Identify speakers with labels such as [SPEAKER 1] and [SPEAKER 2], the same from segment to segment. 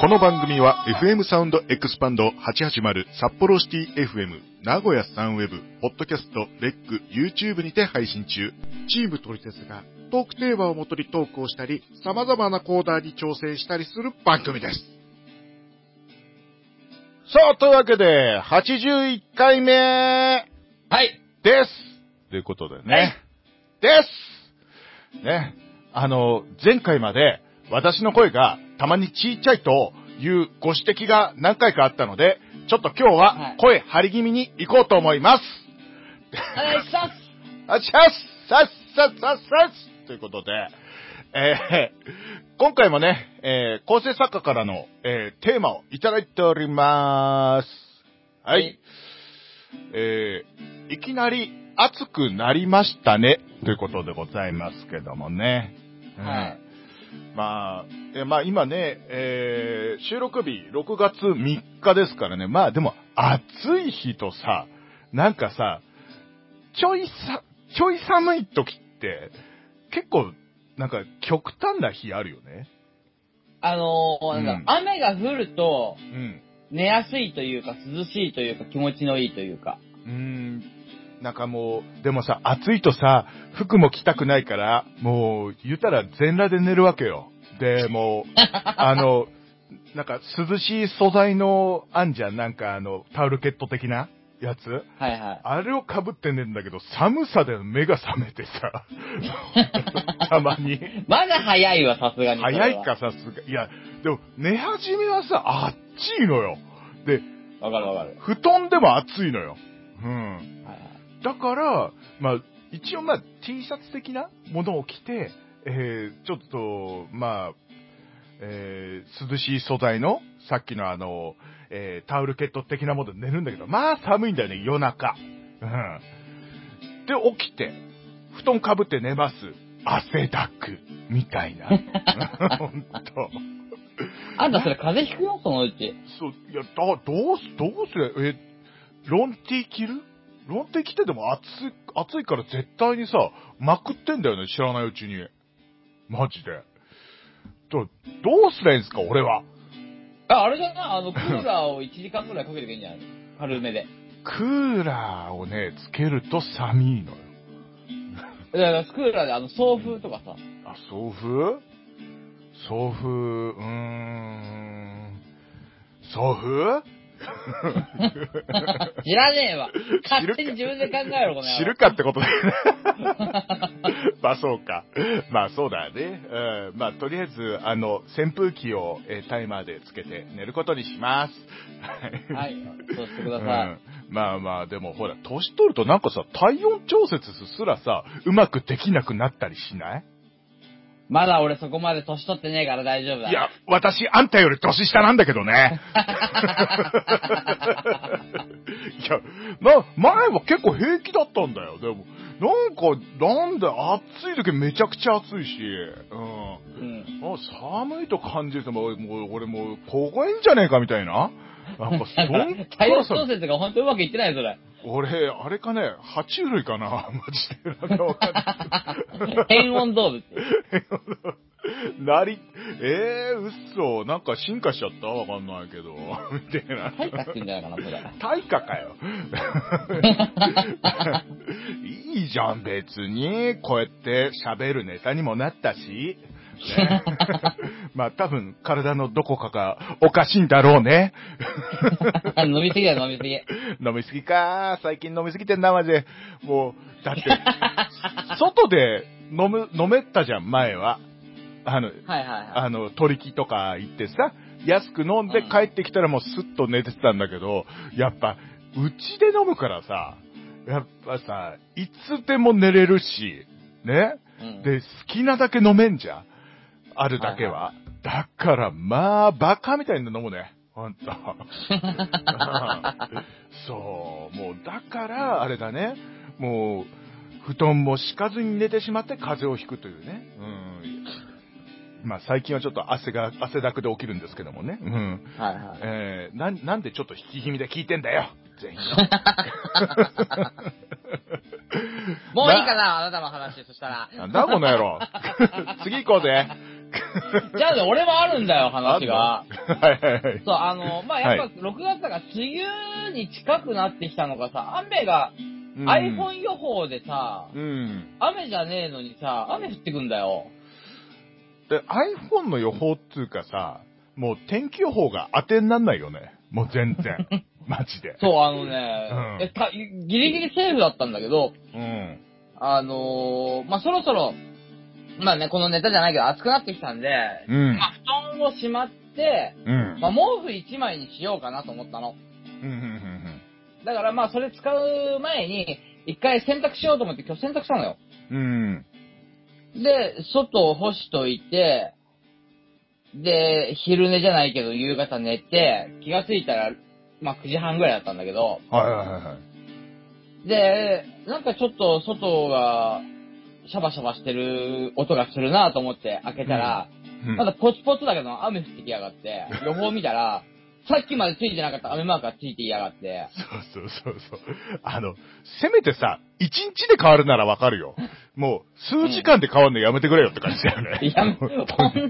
[SPEAKER 1] この番組は FM サウンドエクスパンド880札幌シティ FM 名古屋サンウェブ、ポッドキャスト、レック、YouTube にて配信中。
[SPEAKER 2] チームトリセツがトークテーマをもとにトークをしたり、様々なコーナーに挑戦したりする番組です。
[SPEAKER 1] さあ、というわけで、81回目
[SPEAKER 3] はい。
[SPEAKER 1] ですということでね。
[SPEAKER 3] はい
[SPEAKER 1] ですね。あの、前回まで私の声がたまにちっちゃいというご指摘が何回かあったので、ちょっと今日
[SPEAKER 3] は
[SPEAKER 1] はい声張り気味に行こうと思います。
[SPEAKER 3] お願いします。
[SPEAKER 1] あっしゃっさっさっさっさっということで、えー、今回もね、えー、構成作家からの、えー、テーマをいただいております。はい。
[SPEAKER 3] はい
[SPEAKER 1] えー、いきなり暑くなりましたね、ということでございますけどもね。うん
[SPEAKER 3] はい
[SPEAKER 1] まあ、えまあ今ね、えー収録日6月3日ですからね、まあでも暑い日とさ、なんかさ、ちょいさ、ちょい寒い時って、結構、なんか極端な日あるよね。
[SPEAKER 3] あのー、なんか、雨が降ると、
[SPEAKER 1] うん。
[SPEAKER 3] 寝やすいというか、涼しいというか、気持ちのいいというか。
[SPEAKER 1] うーん。なんかもう、でもさ、暑いとさ、服も着たくないから、もう、言ったら全裸で寝るわけよ。で、 もう、あの、なんか涼しい素材のあんじゃん、なんかあの、タオルケット的なやつ
[SPEAKER 3] はいはい。
[SPEAKER 1] あれを被ってねんだけど、寒さで目が覚めて さ、たまに。
[SPEAKER 3] まだ早いわ、さすがに。
[SPEAKER 1] 早い。かさすが。いや、でも寝始めはさ、あっちいのよ。で、
[SPEAKER 3] わかるわかる。
[SPEAKER 1] 布団でも暑いのよ。うん。
[SPEAKER 3] はいはい
[SPEAKER 1] だから、まあ、一応まあ、T シャツ的なものを着て、えー、ちょっと、まあ、えー、涼しい素材の、さっきのあの、えー、タオルケット的なもので寝るんだけど、まあ寒いんだよね、夜中。うん。で、起きて、布団かぶって寝ます。汗だく、みたいな。ほんと。
[SPEAKER 3] あんたそれ風邪ひくよ、そのうち。
[SPEAKER 1] そう、いや、だ、どうす、どうすれ、え、ロンティ着るロンティ着てでも暑い、暑いから絶対にさ、まくってんだよね、知らないうちに。マジで。ど、どうすりゃいいんすか、俺は。
[SPEAKER 3] あ、あれじゃないあの、クーラーを1時間くらいかけてけんじ ゃない軽めで。
[SPEAKER 1] クーラーをね、つけると寒いのよ。
[SPEAKER 3] だから、クーラーで、あの、送風とかさ。
[SPEAKER 1] あ、送風送風、うーん。送風
[SPEAKER 3] 知らねえわ。
[SPEAKER 1] 知る
[SPEAKER 3] 勝
[SPEAKER 1] か
[SPEAKER 3] 手に自分で考えろ、この野郎
[SPEAKER 1] 知るかってことだ よね。まあそうか。まあそうだね。うん、まあとりあえず、あの、扇風機を、えータイマーでつけて寝ることにします。。
[SPEAKER 3] はいい。そうしてく
[SPEAKER 1] う
[SPEAKER 3] ださい。
[SPEAKER 1] ん、まあまあ、でもほら、年取るとなんかさ、体温調節すらさ、うまくできなくなったりしない
[SPEAKER 3] まだ俺そこまで年取ってねえから大丈夫だ。
[SPEAKER 1] いや、私、あんたより年下なんだけどね。いや、な、前は結構平気だったんだよ。でも、なんか、なんで暑い時めちゃくちゃ暑いし、うん。
[SPEAKER 3] うん。
[SPEAKER 1] あ寒いと感じると、もう、もう俺もう、凍えんじゃねえかみたいな。なんか、そ
[SPEAKER 3] だから
[SPEAKER 1] ん、
[SPEAKER 3] 体温
[SPEAKER 1] そ
[SPEAKER 3] 調節が本当うまくいってないよ、それ。
[SPEAKER 1] 俺、あれかね、爬虫類かな マジで。なんかわかんない
[SPEAKER 3] 変温動物。
[SPEAKER 1] なり、えー、嘘。なんか進化しちゃったわかんないけど。 みたいな。
[SPEAKER 3] 退化ってんじゃないかな、そ れ。
[SPEAKER 1] 対価かよ。いいじゃん、別に。こうやって喋るネタにもなったし。ね、まあ多分体のどこかがおかしいんだろうね。
[SPEAKER 3] 飲みすぎだよ、飲みすぎ。
[SPEAKER 1] 飲みすぎか最近飲みすぎてんな、マジで。もう、だって、外で飲む、飲めたじゃん、前は。あの、
[SPEAKER 3] はいはいは
[SPEAKER 1] あの、取引とか行ってさ、安く飲んで
[SPEAKER 3] うん
[SPEAKER 1] 帰ってきたらもうスッと寝てたんだけど、やっぱ、うちで飲むからさ、やっぱさ、いつでも寝れるし、ね
[SPEAKER 3] い。うん
[SPEAKER 1] で、好きなだけ飲めんじゃん。あるだけは。
[SPEAKER 3] は
[SPEAKER 1] だから、まあ、バカみたいに飲むね。ほんと。 そう。もう、だから、あれだね。もう、布団も敷かずに寝てしまって風邪をひくというね。うん。まあ、最近はちょっと汗が、汗だくで起きるんですけどもね。うん。
[SPEAKER 3] はいはい。
[SPEAKER 1] えー、な、なんでちょっと引き気味で聞いてんだよ。全員の。
[SPEAKER 3] もういいかな、あなたの話、そしたら。
[SPEAKER 1] なんだこの野郎。次行こうぜ。
[SPEAKER 3] じゃあね、俺もあるんだよ、話が。
[SPEAKER 1] はいはいはい。
[SPEAKER 3] そう、あ の、まあ、やっぱ6月だから梅雨に近くなってきたのがさ、雨が、
[SPEAKER 1] うん
[SPEAKER 3] iPhone 予報でさ、
[SPEAKER 1] うん。
[SPEAKER 3] 雨じゃねえのにさ、雨降ってくんだよ。
[SPEAKER 1] で、iPhone の予報っつうかさ、もう天気予報が当てになんないよね。もう全然。 マジで。
[SPEAKER 3] そう、あの
[SPEAKER 1] うん
[SPEAKER 3] ね、えたギリギリセーフだったんだけど、
[SPEAKER 1] うん。
[SPEAKER 3] あのーまあ、そろそろ、まあね、このネタじゃないけど暑くなってきたんで、
[SPEAKER 1] うん
[SPEAKER 3] ま。あ、布団をしまって、
[SPEAKER 1] うん。
[SPEAKER 3] まあ、毛布1枚にしようかなと思ったの。
[SPEAKER 1] うんうんうん
[SPEAKER 3] だからまあ、それ使う前に、一回洗濯しようと思って今日洗濯したのよ。
[SPEAKER 1] うん。うん。
[SPEAKER 3] で、外を干しといて、で、昼寝じゃないけど夕方寝て、気がついたら、まあ9時半ぐらいだったんだけど、
[SPEAKER 1] はいはいはいはい。
[SPEAKER 3] で、なんかちょっと外が、シャバシャバしてる音がするなと思って開けたら、
[SPEAKER 1] うん
[SPEAKER 3] まだポツポツだけど雨降ってきやが って、予報見たら、さっきまでついてなかった雨マークがついていやがって、
[SPEAKER 1] そうそうそうそう。あの、せめてさ、一日で変わるならわかるよ。もう、数時間で変わるのやめてくれよって感じだよね。
[SPEAKER 3] いや、 本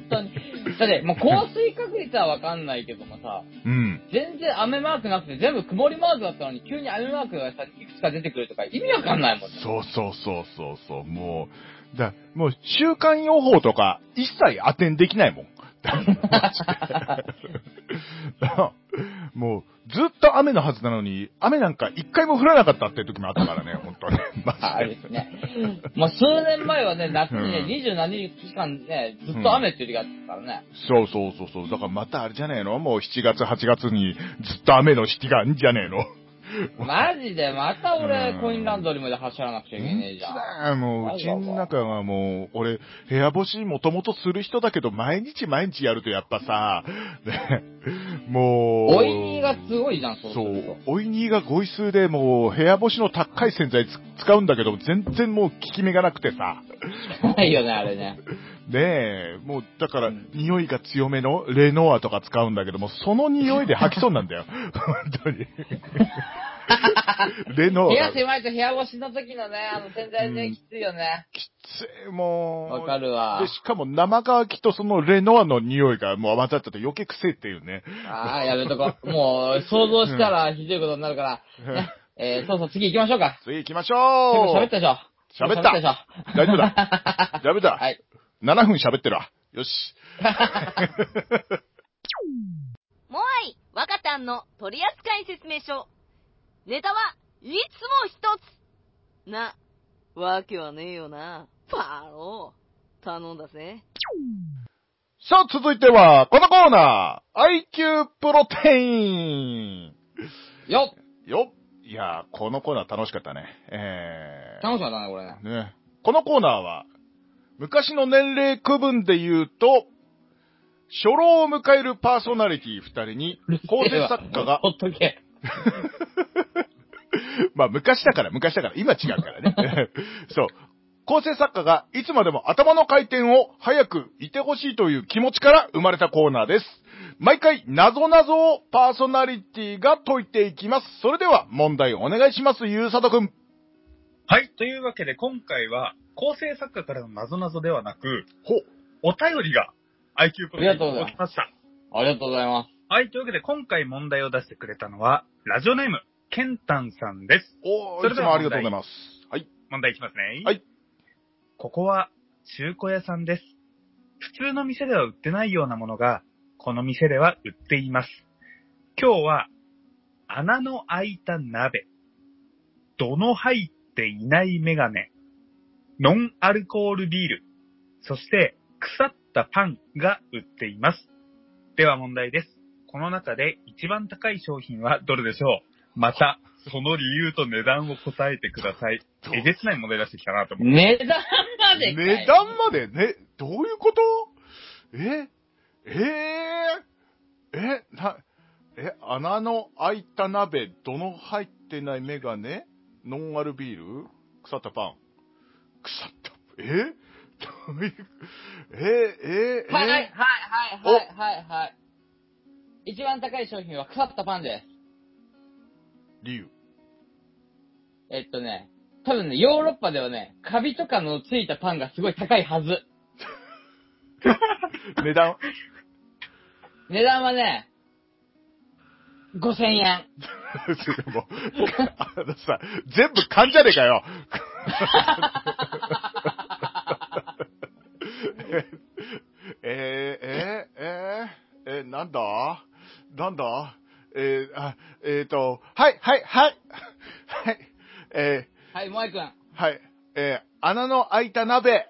[SPEAKER 3] 当に。だって、もう降水確率はわかんないけどもさ、
[SPEAKER 1] うん。
[SPEAKER 3] 全然雨マークなくて、全部曇りマークだったのに、急に雨マークがさ、いくつか出てくるとか、意味わかんないもんね。
[SPEAKER 1] そうそうそうそうそう、もう、だ、もう、週間予報とか、一切当てんできないもん。 マジでもう、ずっと雨のはずなのに、雨なんか一回も降らなかったっていう時もあったからね、本当に。マ
[SPEAKER 3] ああ
[SPEAKER 1] ジ
[SPEAKER 3] れですね。もう数年前はね、夏にね、二十何日間ね、ずっと雨っていう時があったからね。
[SPEAKER 1] そうそうそうそう。だからまたあれじゃねえのもう7月、8月にずっと雨の日があんじゃねえの
[SPEAKER 3] マジで、また俺
[SPEAKER 1] う、ん
[SPEAKER 3] コインランドリーまで走らなくちゃいけねえじゃん。
[SPEAKER 1] ん。もう、うちの中はもう、俺、部屋干しもともとする人だけど、毎日毎日やるとやっぱさ、 ね、もう。
[SPEAKER 3] おいにがすごいじゃん、そうす
[SPEAKER 1] そ
[SPEAKER 3] る
[SPEAKER 1] う
[SPEAKER 3] と。。
[SPEAKER 1] おいにがごい数でもう、部屋干しの高い洗剤つ使うんだけど、全然もう効き目がなくてさ。
[SPEAKER 3] ないよね、あれね。
[SPEAKER 1] ねえ、もう、だから、
[SPEAKER 3] うん
[SPEAKER 1] 匂いが強めのレノアとか使うんだけども、その匂いで吐きそうになんだよ。 本 当に。レノア
[SPEAKER 3] 部
[SPEAKER 1] が。
[SPEAKER 3] 屋狭いと部屋干しの時のね、あの洗剤
[SPEAKER 1] うん
[SPEAKER 3] ね、きついよね。
[SPEAKER 1] きつい、もう。
[SPEAKER 3] わかるわ
[SPEAKER 1] で、。しかも生乾きとそのレノアの匂いがもう混ざっちゃって余計癖っていうね。
[SPEAKER 3] ああ、やめとこう。もう、想像したらひどいことになるから。ね、えー、そうそう、次行きましょうか。
[SPEAKER 1] 次行きましょ
[SPEAKER 3] 全部喋
[SPEAKER 1] う
[SPEAKER 3] ったでしょ。
[SPEAKER 1] 喋った
[SPEAKER 3] でしょ。
[SPEAKER 1] 大丈夫だ。ダ メだ。
[SPEAKER 3] はい。
[SPEAKER 1] 7分喋ってるわ。よし。
[SPEAKER 4] モアイ若たんの取扱説明書。ネタはいつも一つ。な、わけはねえよな。パロー。頼んだぜ。
[SPEAKER 1] さあ、続いては、このコーナー !IQ プロテイン
[SPEAKER 3] よっ
[SPEAKER 1] よっいやー、このコーナー楽しかったね。え
[SPEAKER 3] 楽しかったね、これね。
[SPEAKER 1] ー、ね。このコーナーは、昔の年齢区分で言うと、初老を迎えるパーソナリティ二人に、 構成作家が
[SPEAKER 3] ほっとけ。
[SPEAKER 1] まあ、昔だから、昔だから、今違うか らね。そう。構成作家がいつまでも頭の回転を早くいてほしいという気持ちから生まれたコーナーです。毎回、謎々をパーソナリティが解いていきます。それでは、問題お願いします、ゆうさとくん。
[SPEAKER 5] はい。というわけで、今回は、構成作家からの謎々ではなく、
[SPEAKER 1] ほう。
[SPEAKER 5] お便りが IQ プロ
[SPEAKER 3] あ
[SPEAKER 5] に
[SPEAKER 3] りがとうございま
[SPEAKER 5] 届
[SPEAKER 3] す
[SPEAKER 5] きました。
[SPEAKER 3] ありがとうございま
[SPEAKER 5] はい。というわけで、今回問題を出してくれたのは、ラジオネーム、ケンタンさんです。
[SPEAKER 1] お
[SPEAKER 5] それ
[SPEAKER 1] ー、い
[SPEAKER 5] で
[SPEAKER 1] つ
[SPEAKER 5] は
[SPEAKER 1] もありがとうございます。はい。
[SPEAKER 5] 問題いきますね。
[SPEAKER 1] はい。
[SPEAKER 5] ここは、中古屋さんです。普通の店では売ってないようなものが、この店では売っています。今日は、穴の開いた鍋、度の入っていないメガネ、ノンアルコールビール、そして腐ったパンが売っています。では問題です。この中で一番高い商品はどれでしょうまた、その理由と値段を答えてください。えげつない問題出してきたなと思って
[SPEAKER 3] す。値段までかい
[SPEAKER 1] 値段までね、どういうことええー、え、な、え、穴の開いた鍋、どの入ってないメガネ、ノンアルビール、腐ったパン。腐った、え どういう、え、え、え、
[SPEAKER 3] はいはいはいはいはいはいはい。一番高い商品は腐ったパンです。
[SPEAKER 1] 理由。
[SPEAKER 3] えっとね、多分ね、ヨーロッパではね、カビとかのついたパンがすごい高いはず。
[SPEAKER 1] 値段
[SPEAKER 3] 値段はね、5000円。
[SPEAKER 1] でも、あのさ、全部勘じゃねえかよ。えー、えー、えー、えー、なんだなんだえー、あ、えーと、はい、はい、はい、はい、え
[SPEAKER 3] はい、萌えくん。
[SPEAKER 1] ー、はい、えー、穴の開いた鍋。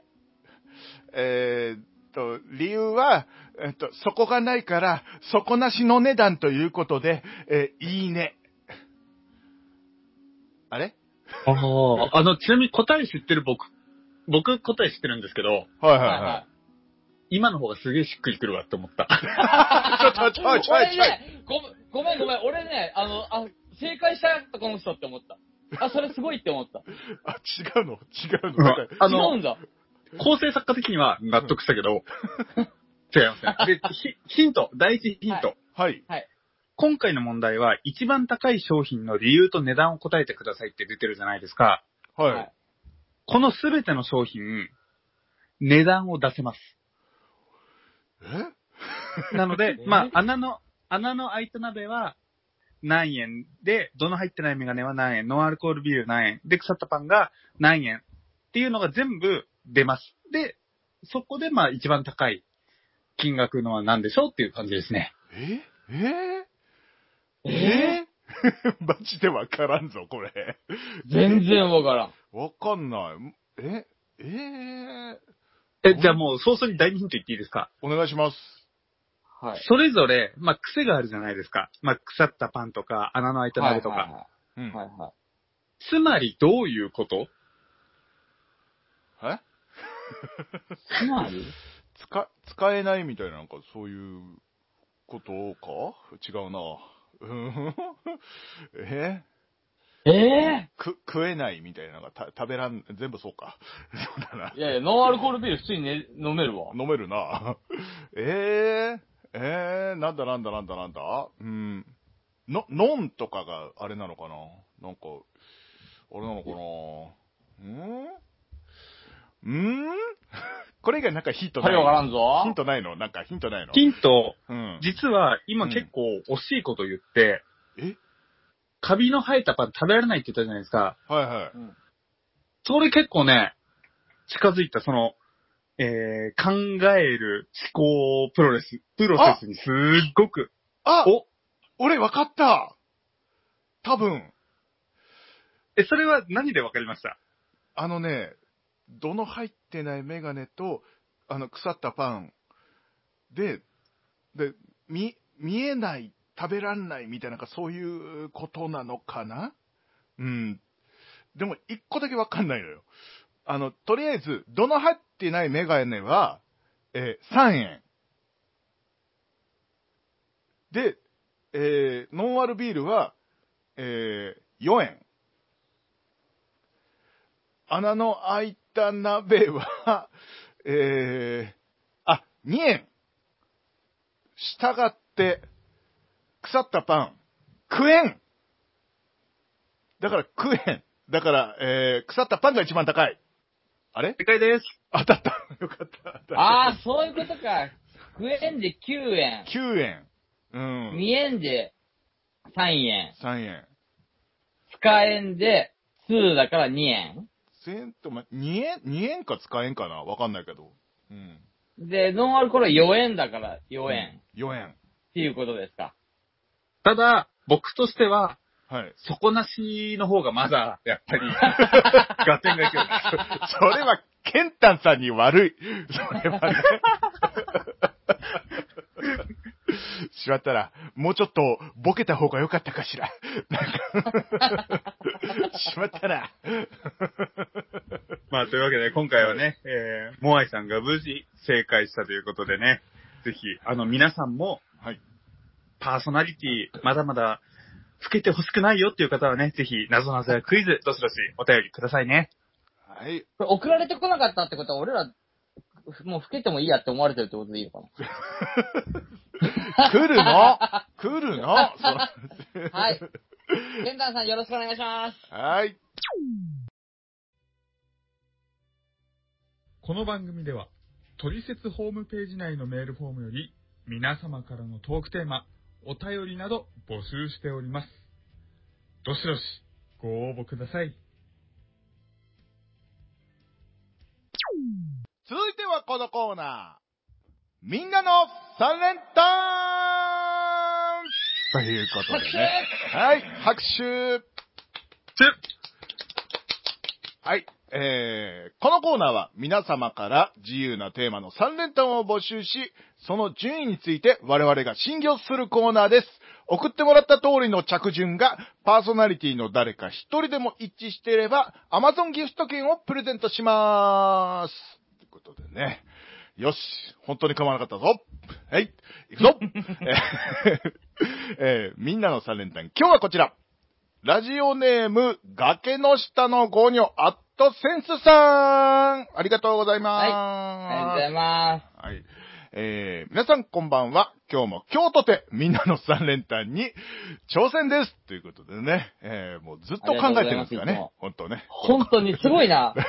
[SPEAKER 1] えーと、理由は、えーと、底がないから、底なしの値段ということで、えー、いいね。あれ
[SPEAKER 6] ああ、あの、ちなみに答え知ってる僕、僕答え知ってるんですけど、
[SPEAKER 1] はい
[SPEAKER 3] は
[SPEAKER 1] はいはい。
[SPEAKER 6] 今の方がすげえしっくりくるわって思った。
[SPEAKER 1] ちょ、ちょ、ちょ、ちょ、
[SPEAKER 3] 俺
[SPEAKER 1] ちょ。
[SPEAKER 3] ね、ごごめんごめん、俺ね、あの、あ、正解したこの人って思った。あ、それすごいって思った。
[SPEAKER 1] あ、違うの違う
[SPEAKER 6] うん
[SPEAKER 1] の答え
[SPEAKER 6] あ
[SPEAKER 3] 違う
[SPEAKER 6] の
[SPEAKER 3] ん、だ。
[SPEAKER 6] 構成作家的には納得したけど、違いますね。で、ヒヒント、第一ヒント。
[SPEAKER 3] は
[SPEAKER 1] はい。
[SPEAKER 6] 今回の問題は、一番高い商品の理由と値段を答えてくださいって出てるじゃないですか。
[SPEAKER 1] はい。
[SPEAKER 3] はい
[SPEAKER 6] このすべての商品、値段を出せます。 なので、まあ、穴の、穴の開いた鍋は何円で、どの入ってないメガネは何円、ノンアルコールビール何円、で、腐ったパンが何円っていうのが全部出ます。で、そこでまあ一番高い金額のは何でしょうっていう感じですね。
[SPEAKER 1] ええええ マジでわからんぞ、これ。
[SPEAKER 3] 全然わからん。
[SPEAKER 1] わかんない。えええ
[SPEAKER 6] え、じゃあもう早々に第2ヒント言っていいですか
[SPEAKER 1] お願いします。
[SPEAKER 3] はい。
[SPEAKER 6] それぞれ、まあ癖があるじゃないですか。まあ腐ったパンとか、穴の開いた鍋とか。
[SPEAKER 1] う
[SPEAKER 3] はい
[SPEAKER 1] ん。
[SPEAKER 3] はいはい。はい
[SPEAKER 6] つまりどういうこと
[SPEAKER 1] え
[SPEAKER 3] つまり
[SPEAKER 1] 使、使えないみたいな、なんか、そういうことか違うな。 うんえ
[SPEAKER 3] え
[SPEAKER 1] く、食えないみたいなのが、た食べらん、全部そうか。そうだな
[SPEAKER 3] え。いやいや、ノンアルコールビール普通に、ね、飲めるわ。
[SPEAKER 1] 飲めるな。 えー、えー、なんだなんだなんだなんだうん。の、のんとかがあれなのかななんか、あれなのかなん うんこれ以外なんかヒント
[SPEAKER 3] は、
[SPEAKER 1] ないい
[SPEAKER 3] わからんぞ。
[SPEAKER 1] ヒントないのなんかヒントないの
[SPEAKER 6] ヒント、
[SPEAKER 1] うん。
[SPEAKER 6] 実は今結構惜しいこと言って、
[SPEAKER 1] え
[SPEAKER 6] カビの生えたパン食べられないって言ったじゃないですか。
[SPEAKER 1] はいはい。
[SPEAKER 6] それ結構ね、近づいた、その、えー、考える思考プロレス、プロセスにすっごく、
[SPEAKER 1] あ
[SPEAKER 6] お
[SPEAKER 1] 俺わかった多分、
[SPEAKER 6] え、それは何でわかりました
[SPEAKER 1] あのね、どの入ってないメガネと、あの、腐ったパンで、で、見、見えない、食べらんないみたいな、なんかそういうことなのかなうん。でも、一個だけわかんないのよ。あの、とりあえず、どの入ってないメガネは、えー3円。で、えーノンアルビールは、えー4円。穴の開いた鍋は、えー、あ、2円。したがって、腐ったパン、食えんだから食えん。だから、えー、腐ったパンが一番高い。あれ
[SPEAKER 6] 正解です。
[SPEAKER 1] 当たった。よかった。当たっ
[SPEAKER 3] ああ、そういうことか。9円で9円
[SPEAKER 1] た。9円。うん。
[SPEAKER 3] 2円で3円。
[SPEAKER 1] 3円。
[SPEAKER 3] 使えんで2だから2円。
[SPEAKER 1] 千円と、ま、2円、2円か使えんかなわかんないけど。うん。
[SPEAKER 3] で、ノンアルコールは4円だから4円。
[SPEAKER 1] 4円。
[SPEAKER 3] っていうことですか。
[SPEAKER 6] ただ、僕としては、
[SPEAKER 1] はい。
[SPEAKER 6] 底なしの方がまだ、やっぱり、 合点がいくよね。
[SPEAKER 1] そ れは、ケンタンさんに悪い。 それはね。しまったら、もうちょっとボケた方が良かったかしら。なんか しまったら。
[SPEAKER 6] まあ、というわけで、今回はね、えー、モアイさんが無事正解したということでね、ぜひ、あの、皆さんも、
[SPEAKER 1] はい。
[SPEAKER 6] パーソナリティ、まだまだ、老けてほしくないよっていう方はね、ぜひ、謎謎やクイズ、どしどしお便りくださいね。
[SPEAKER 1] はい。
[SPEAKER 3] これ送られてこなかったってことは俺ら、もう老けてもいいやって思われてるってことでいいのか
[SPEAKER 1] 来るの来るの
[SPEAKER 3] なはい。ケンタンさんよろしくお願いします。
[SPEAKER 1] そはい。
[SPEAKER 6] この番組では、
[SPEAKER 5] トリセツホームページ内のメールフォームより、皆様からのトークテーマ、お便りなど募集しております。どしどし、ご応募ください。
[SPEAKER 1] 続いてはこのコーナー。みんなの三連単ということでね。はい、拍手はい、えー、このコーナーは皆様から自由なテーマの三連単を募集し、その順位について我々が審議をするコーナーです。送ってもらった通りの着順がパーソナリティの誰か一人でも一致していれば Amazon ギフト券をプレゼントしまーす。ということでね。よし、本当に構わなかったぞ。はい、行くぞえーえー みんなの三連単、今日はこちら。ラジオネーム、崖の下のゴニョ、アットセンスさんありがとうございます。
[SPEAKER 3] ありがとうございま
[SPEAKER 1] はい。えー、皆さんこんばんは。今日も京都でみんなの三連単に挑戦ですということでね、えー、もうずっと考えてま
[SPEAKER 3] ありが
[SPEAKER 1] すから
[SPEAKER 3] とうございま
[SPEAKER 1] ね
[SPEAKER 3] す。
[SPEAKER 1] 本当ね
[SPEAKER 3] す。。本当にすごいな。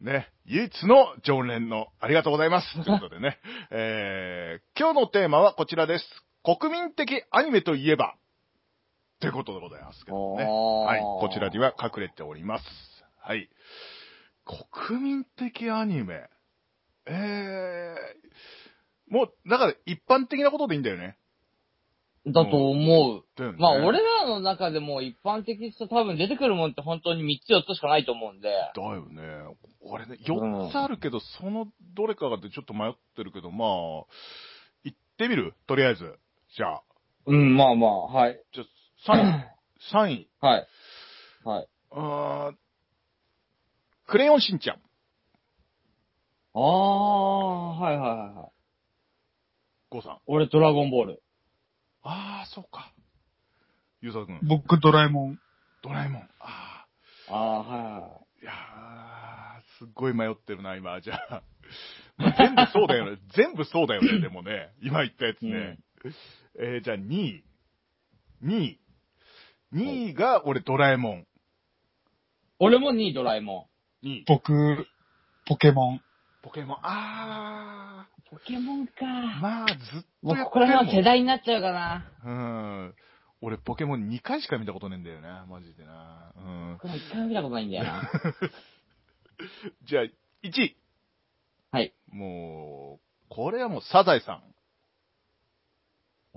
[SPEAKER 1] ね、唯一の常連のありがとうございます。 ということでね、えー、今日のテーマはこちらです。国民的アニメといえば、ということでございますけどもね。
[SPEAKER 3] おー
[SPEAKER 1] はい、こちらには隠れております。はい。国民的アニメ。えー、もう、だから一般的なことでいいんだよね。
[SPEAKER 3] だと思う。
[SPEAKER 1] だよね
[SPEAKER 3] まあ、俺らの中でも一般的と多分出てくるもんって本当に3つ4つしかないと思うんで。
[SPEAKER 1] だよね。俺ね、4つあるけど、そのどれかがってちょっと迷ってるけど、まあ、行ってみるとりあえず。じゃあ、
[SPEAKER 3] うん、まあまあ、はい。
[SPEAKER 1] じゃあ、3位。3位。
[SPEAKER 3] はい。はい。
[SPEAKER 1] あークレヨンしんちゃん。
[SPEAKER 3] ああ、はいはいはいはい。
[SPEAKER 1] ゴーさん。
[SPEAKER 3] 俺、ドラゴンボール。
[SPEAKER 1] ああ、そうか。ゆうさくん。
[SPEAKER 6] 僕、ドラえもん。
[SPEAKER 1] ドラえもん。ああ。
[SPEAKER 3] ああ、はいはいはい。
[SPEAKER 1] いやー、すっごい迷ってるな、今、じゃあ。まあ全部そうだ よね。全部そうだよね、でもね。今言ったやつね。えー、じゃあ2位。2位。2位が俺ドラえもん。
[SPEAKER 3] 俺も2位ドラえも
[SPEAKER 1] 2位。
[SPEAKER 6] 僕、ポケモン。
[SPEAKER 1] ポケモン。あ
[SPEAKER 3] ん。ポケモン
[SPEAKER 1] ー。
[SPEAKER 3] か。
[SPEAKER 1] まあ、ずっ
[SPEAKER 3] も
[SPEAKER 1] と
[SPEAKER 3] う
[SPEAKER 1] やっ
[SPEAKER 3] ここ
[SPEAKER 1] てる
[SPEAKER 3] ら辺
[SPEAKER 1] もん
[SPEAKER 3] は世代になっちゃうかな。
[SPEAKER 1] うん。俺ポケモン2回しか見たことねえんだよな、マジでな。うん。
[SPEAKER 3] これ一回も見たことないんだよ な。
[SPEAKER 1] じゃあ、1位。
[SPEAKER 3] はい。
[SPEAKER 1] もう、これはもうサザエさん。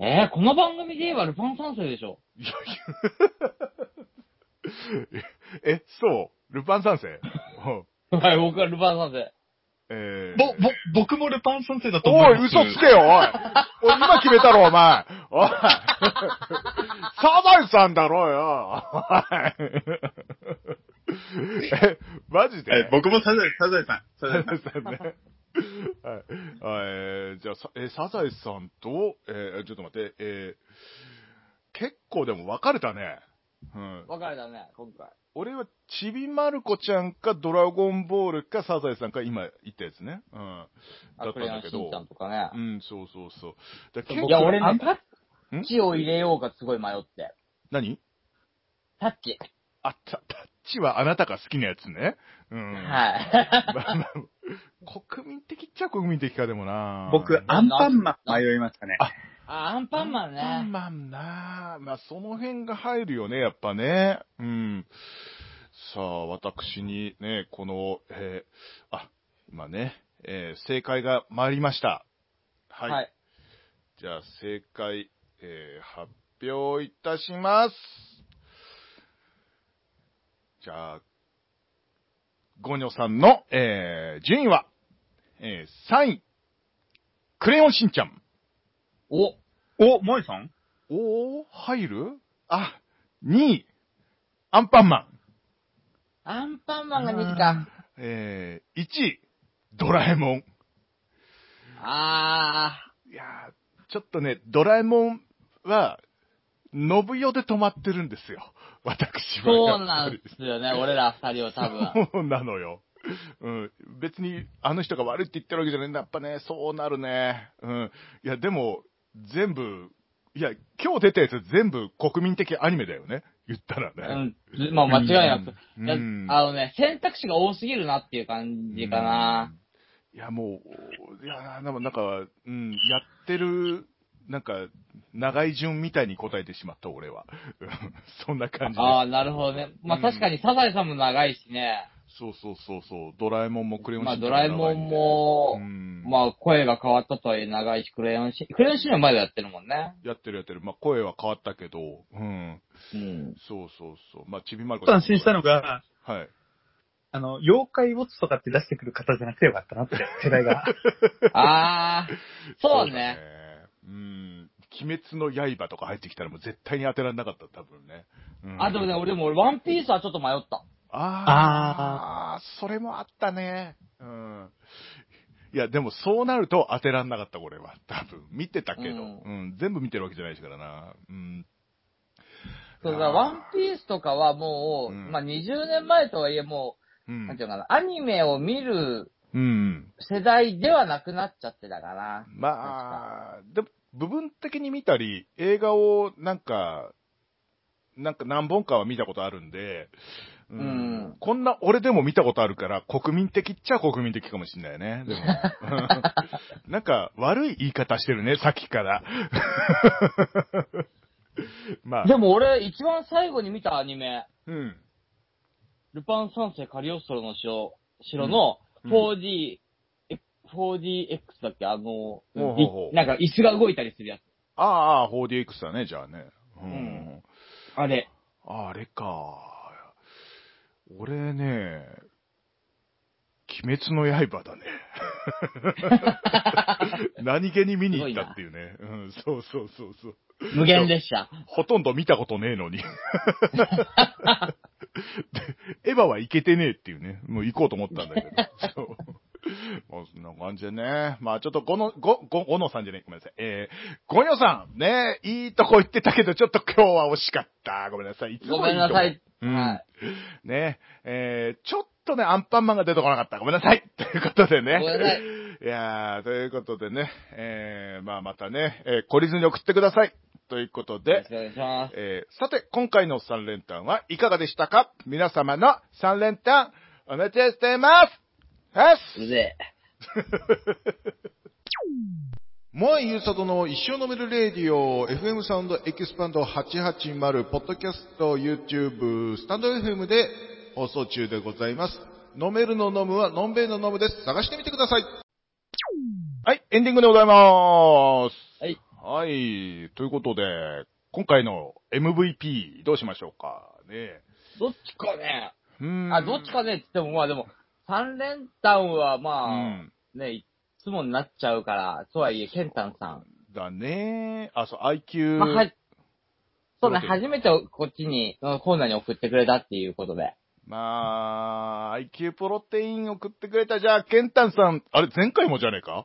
[SPEAKER 3] えー、この番組で言えばルパン三世でしょ。
[SPEAKER 1] いやいや え、そうルパン三世うん
[SPEAKER 3] はい、僕はルパン三世。
[SPEAKER 1] えー
[SPEAKER 6] ぼ、ぼ、僕もルパン三世だと思
[SPEAKER 1] お
[SPEAKER 6] い
[SPEAKER 1] い、
[SPEAKER 6] ます。
[SPEAKER 1] 嘘つけよ、おい。おい、今決めたろ、お前。おい。 サザエさんだろよ。おい。 え、マジで
[SPEAKER 6] え、 僕もサザエ、サザエさん。サザ
[SPEAKER 1] サ
[SPEAKER 6] エ
[SPEAKER 1] ザ
[SPEAKER 6] さ
[SPEAKER 1] エさんね。はい。えーじゃあ、さえーサザエさんと、えーちょっと待って、えー結構でも分かれたね。うん。
[SPEAKER 3] わかるだね、今回。
[SPEAKER 1] 俺は、ちびまる子ちゃんか、ドラゴンボールか、サザエさんか、今言ったやつね。うん。だ
[SPEAKER 3] あ、
[SPEAKER 1] っ
[SPEAKER 3] ク
[SPEAKER 1] た
[SPEAKER 3] レ
[SPEAKER 1] ん
[SPEAKER 3] ヨ
[SPEAKER 1] だ
[SPEAKER 3] ン
[SPEAKER 1] け
[SPEAKER 3] しんちゃん
[SPEAKER 1] ど。
[SPEAKER 3] とかね
[SPEAKER 1] う。ん、そうそうそう。だから結
[SPEAKER 3] いや、
[SPEAKER 1] 構
[SPEAKER 3] 俺
[SPEAKER 6] あ。
[SPEAKER 3] ね、タッチを入れようかすごい迷って。
[SPEAKER 1] 何
[SPEAKER 3] タッチ。
[SPEAKER 1] あった、タッチはあなたが好きなやつね。うん。
[SPEAKER 3] はい。
[SPEAKER 1] まあまあ国民的っちゃ国民的か、でもなん
[SPEAKER 6] 僕、アンパンマン迷いましたね。
[SPEAKER 3] あ、アンパンマン
[SPEAKER 1] アンパ
[SPEAKER 3] ね。
[SPEAKER 1] ンマンなぁまあ、その辺が入るよね、やっぱね。うん。さあ、私にね、この、えーあ、今ね、えー正解が回りました。はい。
[SPEAKER 3] はい。
[SPEAKER 1] じゃあ、正解、えー発表いたします。じゃあ、ゴニョさんの、えー順位は、えー3位、クレヨンしんちゃん。
[SPEAKER 3] お、
[SPEAKER 6] お、萌えさん
[SPEAKER 1] おー、入るあ、2位、アンパンマン。
[SPEAKER 3] アンパンマンが2位か。
[SPEAKER 1] えー、1位、ドラえもん。
[SPEAKER 3] あ
[SPEAKER 1] いやー、ちょっとね、ドラえもんは、信代で止まってるんですよ。私
[SPEAKER 3] ー、そ
[SPEAKER 1] は
[SPEAKER 3] う
[SPEAKER 1] や
[SPEAKER 3] な
[SPEAKER 1] っぱ
[SPEAKER 3] んで
[SPEAKER 1] り。
[SPEAKER 3] すよね、俺ら二人は多分。
[SPEAKER 1] そうなのよ。うん、別に、あの人が悪いって言ってるわけじゃないんだ。やっぱね、そうなるね。うん。いや、でも、全部、いや、今日出たやつ全部国民的アニメだよね。言ったらね。
[SPEAKER 3] うん、まあ間違いなく。
[SPEAKER 1] うん
[SPEAKER 3] いやあのね、選択肢が多すぎるなっていう感じかな。
[SPEAKER 1] いや、もう、いや、でもなんか、うん、やってる、なんか、長い順みたいに答えてしまった、俺は。 うんそんな感じで
[SPEAKER 3] ああ、なるほどね。まあ、
[SPEAKER 1] うん
[SPEAKER 3] 確かにサザエさんも長いしね。
[SPEAKER 1] そうそうそうそう、ドラえもんもクレヨン
[SPEAKER 3] まあ、
[SPEAKER 1] しんちゃ
[SPEAKER 3] ド
[SPEAKER 1] んも
[SPEAKER 3] ラえもんも
[SPEAKER 1] 長い、んで、うん、
[SPEAKER 3] まあ、声が変わったとはいえ長いし、クレヨンし、クレヨンしんちゃんはまだやってるもんね。
[SPEAKER 1] やってるやってる。まあ、声は変わったけど、うん。
[SPEAKER 3] うん。
[SPEAKER 1] そうそうそう。まあ、ちびまる
[SPEAKER 6] ち
[SPEAKER 1] 子
[SPEAKER 6] ょっと安心したのが、
[SPEAKER 1] はい。
[SPEAKER 6] あの、妖怪ウォッチとかって出してくる方じゃなくてよかったなって、世代が。
[SPEAKER 3] ああ、 そうね。
[SPEAKER 1] うん。鬼滅の刃とか入ってきたらもう絶対に当てられなかった、多分ね。うん
[SPEAKER 3] あ、でもね、俺でも俺、ワンピースはちょっと迷った。
[SPEAKER 1] ああ、それもあったね。うん。いや、でもそうなると当てらんなかった、俺は。多分。見てたけど。う
[SPEAKER 3] うん
[SPEAKER 1] ん、全部見てるわけじゃないですからな。うん。
[SPEAKER 3] そうだ、
[SPEAKER 1] あー
[SPEAKER 3] ワンピースとかはもう、
[SPEAKER 1] うん
[SPEAKER 3] まあ、20年前とはいえも
[SPEAKER 1] う
[SPEAKER 3] う、なん
[SPEAKER 1] ん
[SPEAKER 3] てい。うのかな、アニメを見る
[SPEAKER 1] うん。
[SPEAKER 3] 世代ではなくなっちゃってたかな。
[SPEAKER 1] まあ、でも、部分的に見たり、映画をなんか、なんか何本かは見たことあるんで、う
[SPEAKER 3] うん
[SPEAKER 1] こんな俺でも見たことあるから、国民的っちゃ国民的かもしんない ね。でも。なんか、悪い言い方してるね、さっき から。まあ、
[SPEAKER 3] でも俺、一番最後に見たアニメ、
[SPEAKER 1] うん。
[SPEAKER 3] ルパン三世カリオストロの城、城の
[SPEAKER 1] うん
[SPEAKER 3] 4D、え 4DX だっけあの、
[SPEAKER 1] うほうほう
[SPEAKER 3] いなんか椅子が動いたりするやつ。
[SPEAKER 1] ああああ、4DX だね、じゃあね。うん。
[SPEAKER 3] うんあれ。
[SPEAKER 1] ああれか。俺ね、鬼滅の 刃だね。何気に見に行ったっていうね。うん、そうそうそうそう。
[SPEAKER 3] 無限列車。
[SPEAKER 1] ほとんど見たことねえのに。でエヴァは行けてねえっていうね。もう行こうと思ったんだけど。そう。まあ、そんな感じでね。まあ、ちょっと、ごの、ご、ご、ごのさんじゃねえ、ごめんなさい。えー、ごにょさん、ねいいとこ行ってたけど、ちょっと今日は惜しかった。ごめんなさい。いつも
[SPEAKER 3] ご
[SPEAKER 1] とこ
[SPEAKER 3] めんなさい。
[SPEAKER 1] うん
[SPEAKER 3] は
[SPEAKER 1] ねえー、ちょっとね、アンパンマンが出てこなかった。ごめんなさい。 ということでね。
[SPEAKER 3] ごめんなさい
[SPEAKER 1] やー、ということでね、えー、まあまたね、えー、懲りずに送ってください。ということ
[SPEAKER 3] い。よろ
[SPEAKER 1] で
[SPEAKER 3] しく、お願いします。
[SPEAKER 1] えー、さて、今回の3連単はいかがでしたか皆様の3連単、お待ちしていますはっ
[SPEAKER 3] うぜえ。
[SPEAKER 7] 萌えゆうさとの一生飲めるレディオ、FM サウンドエキスパンド880、ポッドキャスト、YouTube、スタンド FM で放送中でございます。飲めるの飲むは、のんべいの飲むです。探してみてください。
[SPEAKER 1] はい、エンディングでございます。
[SPEAKER 3] はい。
[SPEAKER 1] はい、ということで、今回の MVP どうしましょうかね。
[SPEAKER 3] どっちかね。
[SPEAKER 1] うーん
[SPEAKER 3] あ、どっちかねって言っても、まあでも、三連単は
[SPEAKER 1] う
[SPEAKER 3] まあ、
[SPEAKER 1] ん。
[SPEAKER 3] ね、いつもになっちゃうから、とはいえ、ケンタンさん。
[SPEAKER 1] だねあ、そう、IQ。
[SPEAKER 3] まあ、は、そうね、
[SPEAKER 1] そうです
[SPEAKER 3] 初めてこっちに、コーナーに送ってくれたっていうこと で。
[SPEAKER 1] まあ、IQ プロテイン送ってくれた、じゃあ、ケンタンさん、あれ、前回もじゃねえか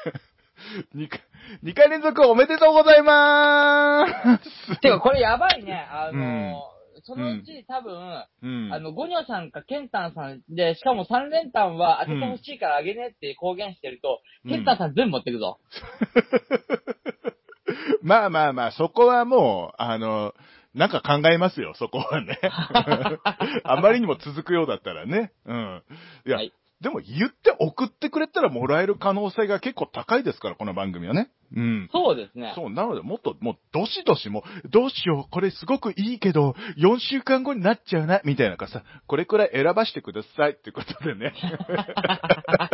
[SPEAKER 1] 2, 回二回連続おめでとうございまーす
[SPEAKER 3] てか、これやばいね。あの、そのう
[SPEAKER 1] う
[SPEAKER 3] ち多分、
[SPEAKER 1] うん
[SPEAKER 3] あの、ゴニョさんかケンタンさんで、しかも3連単は当ててほしいからあげねって公言してると、
[SPEAKER 1] うん
[SPEAKER 3] ケンタンさん全部持ってくぞ。
[SPEAKER 1] まあまあまあ、そこはもう、あの、なんか考えますよ、そこはね。 あまりにも続くようだったらね。うん。いや、
[SPEAKER 3] はい
[SPEAKER 1] でも言って送ってくれたらもらえる可能性が結構高いですから、この番組はね。うん。
[SPEAKER 3] そうですね。
[SPEAKER 1] そう、なので、もっと、もう、どしどしも、どうしよう、これすごくいいけど、4週間後になっちゃうな、みたいなのがさ、これくらい選ばしてください、ってことでね。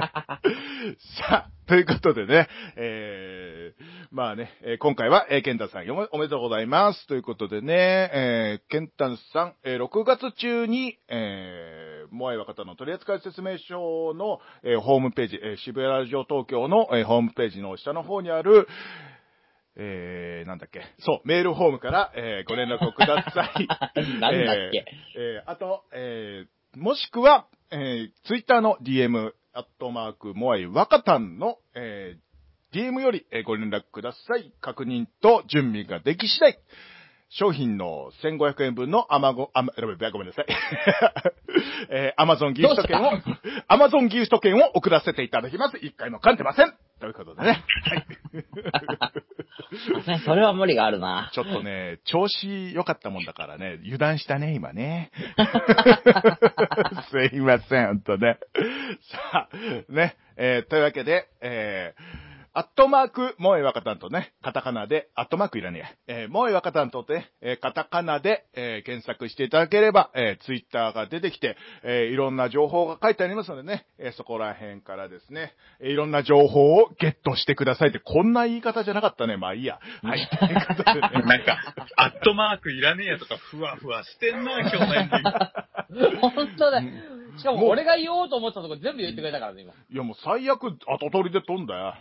[SPEAKER 1] さあ、ということでね、えー、まあね、えー今回は、えーケンタンさんおめ、おめでとうございます。ということでね、えー、ケンタンさん、えー6月中に、えー、モアイ若田の取扱説明書の、えーホームページ、えー渋谷ラジオ東京の、えーホームページの下の方にある、えー、なんだっけ。そう、メールフォームから、えー、ご連絡をください。
[SPEAKER 3] なんだっけ
[SPEAKER 1] えーえーあと、えー、もしくは、えー、ツイッターの DM、アットマーク、モアイ、ワカタンの、えー、DM より、えーご連絡ください。確認と準備ができ次第、商品の1500円分のアマゴ、あま、ごめんなさい。 えー、アマゾンギフト券を
[SPEAKER 3] どうし、
[SPEAKER 1] アマゾンギフト券を送らせていただきます。一回も噛んでません。ということでね。はい
[SPEAKER 3] ねそれは無理がある な。
[SPEAKER 1] ちょっとね、調子良かったもんだからね、油断したね、今ね。 すいません、ほんとね。さあ、ね、えーというわけで、えーアットマーク、萌え若担当ね、カタカナで、アットマークいらねえ、えー、萌え若担当ってね、えーカタカナで、えー検索していただければ、えー、ツイッターが出てきて、えーいろんな情報が書いてありますのでね、えーそこら辺からですね、えーいろんな情報をゲットしてくださいって、こんな言い方じゃなかったね。まあいいや。はい、ということでね。
[SPEAKER 6] なんか、 アットマークいらねえやとか、ふわふわしてんな、今日のエンディング。
[SPEAKER 3] 本当だよ。しかも俺が言おうと思ってたとこ全部言ってくれたからね、今。
[SPEAKER 1] いやもう最悪後取りで飛んだ よ。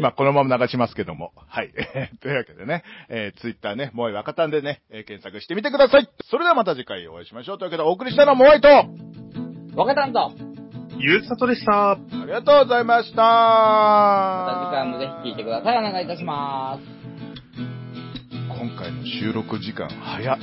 [SPEAKER 1] まあこのまま流しますけども。はい。 えーというわけでね、えー、ツイッターね、萌え若たんでね、えー検索してみてください。それではまた次回お会いしましょう。というわけでお送りしたのは萌えと、あ
[SPEAKER 3] 若担当
[SPEAKER 6] ゆうさとでした。
[SPEAKER 1] りがとうございました。
[SPEAKER 3] また次回もぜひ聞いてください。お願いいたします。
[SPEAKER 1] 今回の収録時間早っ。